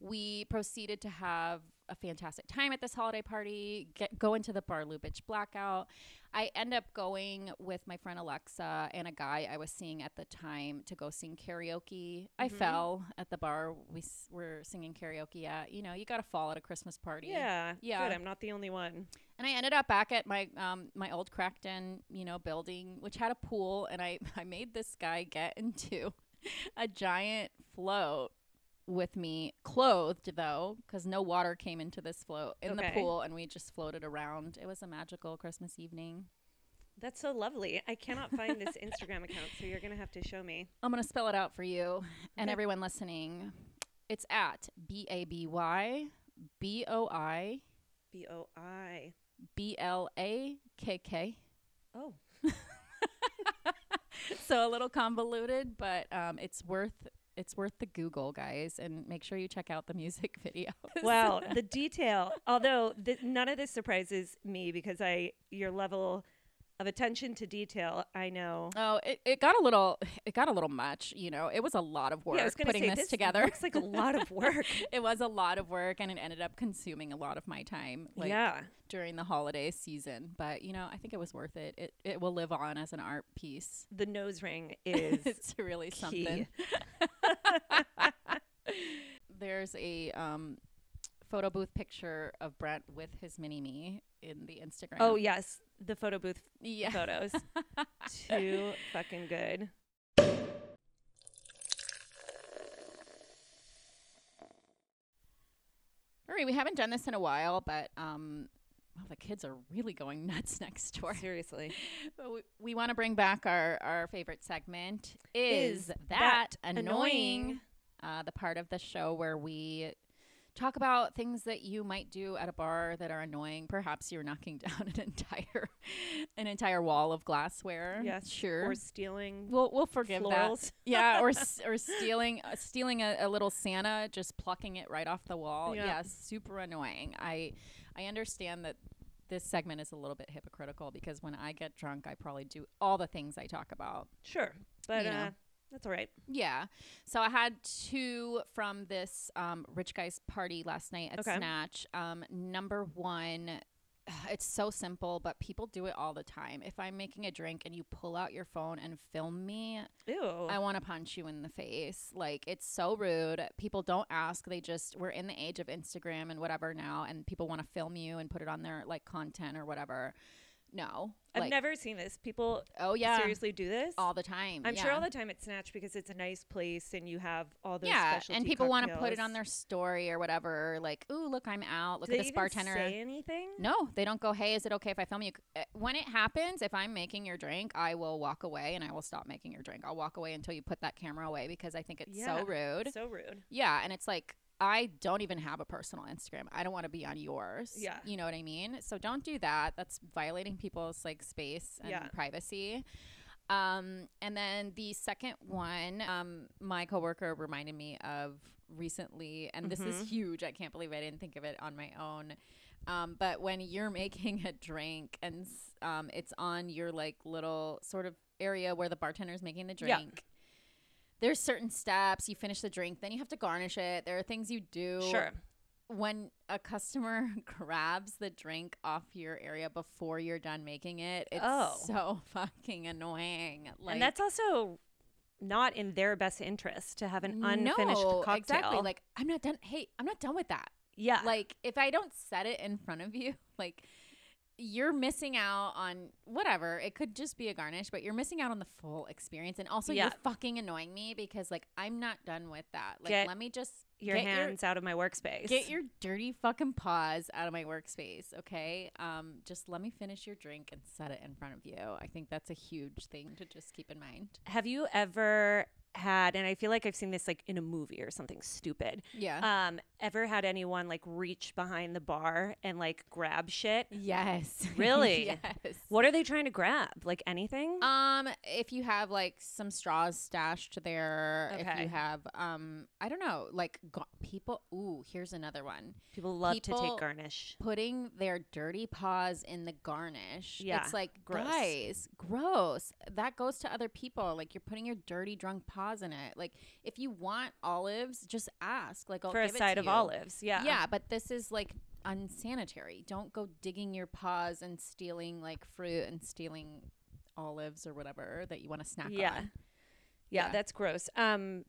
S1: we proceeded to have a fantastic time at this holiday party, get, go into the Bar Lubitsch blackout. I end up going with my friend Alexa and a guy I was seeing at the time to go sing karaoke. I
S2: Mhm.
S1: fell at the bar we s- were singing karaoke at. You know, you got to fall at a Christmas party.
S2: Yeah.
S1: Yeah.
S2: Good. I'm not the only one.
S1: And I ended up back at my um, my old Crackton, you know, building, which had a pool, and I I made this guy get into a giant float with me, clothed though, because no water came into this float in
S2: Okay.
S1: the pool, and we just floated around. It was a magical Christmas evening.
S2: That's so lovely. I cannot find this Instagram account, so you're gonna have to show me.
S1: I'm gonna spell it out for you and
S2: Okay.
S1: everyone listening. It's at b a b y b o i
S2: B O I.
S1: b l a k k.
S2: Oh.
S1: so a little convoluted, but um, it's worth it's worth the Google, guys, and make sure you check out the music video.
S2: Wow, the detail. Although th- none of this surprises me because I your level of attention to detail, I know.
S1: Oh, it, it got a little it got a little much, you know. It was a lot of work
S2: yeah, I was gonna
S1: putting
S2: say
S1: this, together.
S2: looks like a lot of work.
S1: it was a lot of work and it ended up consuming a lot of my time like
S2: yeah.
S1: during the holiday season. But you know, I think it was worth it. It it will live on as an art piece.
S2: The nose ring is
S1: it's really something. there's a um, photo booth picture of Brent with his mini me in the Instagram.
S2: Oh yes, the photo booth
S1: yeah.
S2: photos. Too fucking good.
S1: All right, we haven't done this in a while, but um, well, the kids are really going nuts next door.
S2: Seriously.
S1: But we, we want to bring back our, our favorite segment. Is,
S2: Is
S1: that,
S2: that
S1: annoying?
S2: annoying?
S1: Uh, the part of the show where we talk about things that you might do at a bar that are annoying. Perhaps you're knocking down an entire an entire wall of glassware.
S2: Yes.
S1: sure.
S2: Or stealing
S1: we'll we'll forgive that.
S2: florals.
S1: Yeah, or s- or stealing uh, stealing a, a little Santa, just plucking it right off the wall.
S2: Yeah.
S1: Yeah. super annoying. I I understand that this segment is a little bit hypocritical because when I get drunk, I probably do all the things I talk about.
S2: Sure. But
S1: You know.
S2: uh, that's all right.
S1: Yeah, so I had two from this um, rich guy's party last night at
S2: Okay.
S1: Snatch. Um, number one. It's so simple, but people do it all the time. If I'm making a drink and you pull out your phone and film me,
S2: Ew.
S1: I want to punch you in the face. Like it's so rude. People don't ask. They just we're in the age of Instagram and whatever now, and people want to film you and put it on their like content or whatever. No,
S2: I've
S1: like,
S2: never seen this. People
S1: Oh yeah,
S2: seriously do this.
S1: all the time.
S2: I'm
S1: yeah.
S2: sure all the time it's Snatch because it's a nice place and you have all those
S1: yeah,
S2: specialty
S1: and people want to put it
S2: cocktails.
S1: on their story or whatever. Like, ooh, look, I'm out. Look at
S2: Do they
S1: this
S2: even
S1: bartender.
S2: say anything?
S1: No, they don't go, hey, is it okay if I film you? Uh, When it happens, if I'm making your drink, I will walk away and I will stop making your drink. I'll walk away until you put that camera away because I think it's
S2: Yeah.
S1: so rude.
S2: So rude.
S1: Yeah, and it's like I don't even have a personal Instagram. I don't want to be on yours.
S2: Yeah.
S1: You know what I mean? So don't do that. That's violating people's like space and
S2: Yeah.
S1: privacy. Um, and then the second one, um, my coworker reminded me of recently, and this
S2: Mm-hmm.
S1: is huge. I can't believe I didn't think of it on my own. Um, but when you're making a drink and s- um, it's on your like little sort of area where the bartender's making the
S2: Yeah.
S1: drink, there's certain steps. You finish the drink, then you have to garnish it. There are things you do.
S2: Sure.
S1: When a customer grabs the drink off your area before you're done making it, it's
S2: Oh.
S1: so fucking annoying. Like,
S2: and that's also not in their best interest to have an unfinished
S1: no,
S2: cocktail.
S1: Exactly. Like, I'm not done. Hey, I'm not done with that.
S2: yeah.
S1: Like, if I don't set it in front of you, like, you're missing out on whatever. It could just be a garnish, but you're missing out on the full experience. And also,
S2: Yeah.
S1: you're fucking annoying me because, like, I'm not done with that. Like,
S2: Get
S1: let me just
S2: your
S1: get your-
S2: hands out of my workspace.
S1: Get your dirty fucking paws out of my workspace, okay? Um, just let me finish your drink and set it in front of you. I think that's a huge thing to just keep in mind.
S2: have you ever had and I feel like I've seen this like in a movie or something stupid.
S1: Yeah.
S2: Um, ever had anyone like reach behind the bar and like grab shit?
S1: yes.
S2: Really?
S1: yes.
S2: What are they trying to grab? Like anything?
S1: Um, if you have like some straws stashed there, if
S2: Okay.
S1: you have, um, I don't know, like go- people. Ooh, here's another one:
S2: people love to
S1: people-
S2: take garnish.
S1: putting their dirty paws in the garnish.
S2: Yeah,
S1: it's like
S2: gross.
S1: guys, gross. That goes to other people. Like you're putting your dirty, drunk paws in it. Like if you want olives, just ask. Like I'll
S2: for a
S1: give it
S2: side
S1: to
S2: of
S1: you.
S2: olives. Yeah.
S1: Yeah, but this is like unsanitary. Don't go digging your paws and stealing like fruit and stealing olives or whatever that you want to snack
S2: Yeah.
S1: on.
S2: Yeah,
S1: Yeah.
S2: that's gross. Um,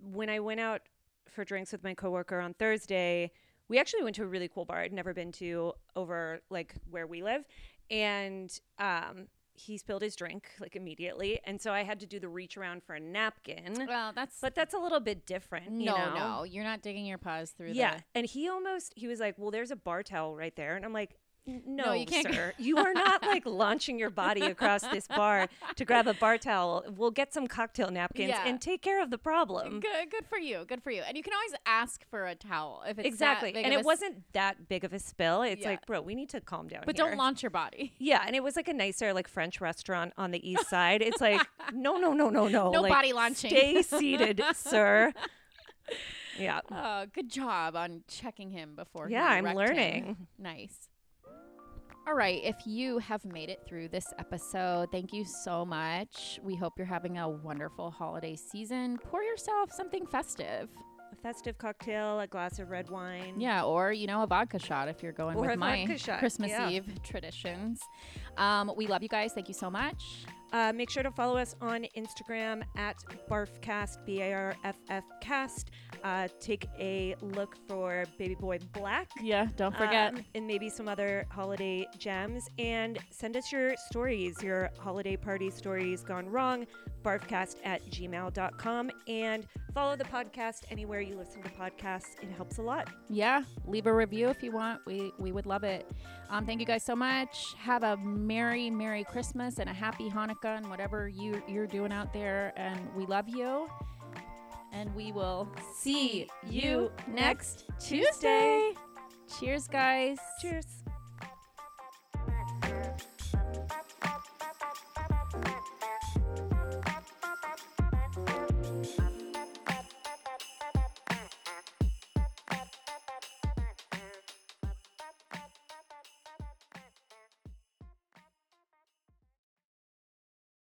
S2: when I went out for drinks with my coworker on Thursday, we actually went to a really cool bar I'd never been to over like where we live, and um, he spilled his drink like immediately, and so I had to do the reach around for a napkin.
S1: Well, Oh, that's
S2: But that's a little bit different. you
S1: no,
S2: know?
S1: no. You're not digging your paws through.
S2: Yeah,
S1: the,
S2: and he almost he was like, "Well, there's a bar towel right there," and I'm like. "N- No,
S1: you can't
S2: sir. you are not like launching your body across this bar to grab a bar towel. We'll get some cocktail napkins
S1: Yeah.
S2: and take care of the problem.
S1: good, good for you. Good for you. And you can always ask for a towel if it's
S2: Exactly.
S1: that big
S2: And
S1: of
S2: it
S1: a s-
S2: wasn't that big of a spill. It's
S1: Yeah.
S2: like, bro, we need to calm down.
S1: But
S2: here."
S1: don't launch your body.
S2: Yeah, and it was like a nicer like French restaurant on the east side. It's like, no, no, no, no, no.
S1: No
S2: like,
S1: body launching.
S2: Stay seated, sir. Yeah.
S1: Oh, good job on checking him before.
S2: Yeah,
S1: he
S2: I'm
S1: wrecked him.
S2: learning.
S1: Nice. All right, if you have made it through this episode, thank you so much. We hope you're having a wonderful holiday season. Pour yourself something festive.
S2: A festive cocktail, a glass of red wine.
S1: Yeah, or you know, a vodka shot if you're going
S2: Or a
S1: with my
S2: vodka shot,
S1: Christmas
S2: yeah.
S1: Eve traditions. Um, we love you guys. Thank you so much.
S2: Uh, make sure to follow us on Instagram at barfcast, B A R F F cast. Uh, take a look for Baby Boy Black.
S1: Yeah, don't forget.
S2: um, and maybe some other holiday gems. And send us your stories, your holiday party stories gone wrong, barfcast at gmail.com. And follow the podcast anywhere you listen to podcasts. It helps a lot.
S1: yeah, leave a review if you want. We we would love it. Um, thank you guys so much. Have a merry, merry Christmas and a happy Hanukkah and whatever you you're doing out there. And we love you. And we will see you next Tuesday. Cheers, guys.
S2: Cheers.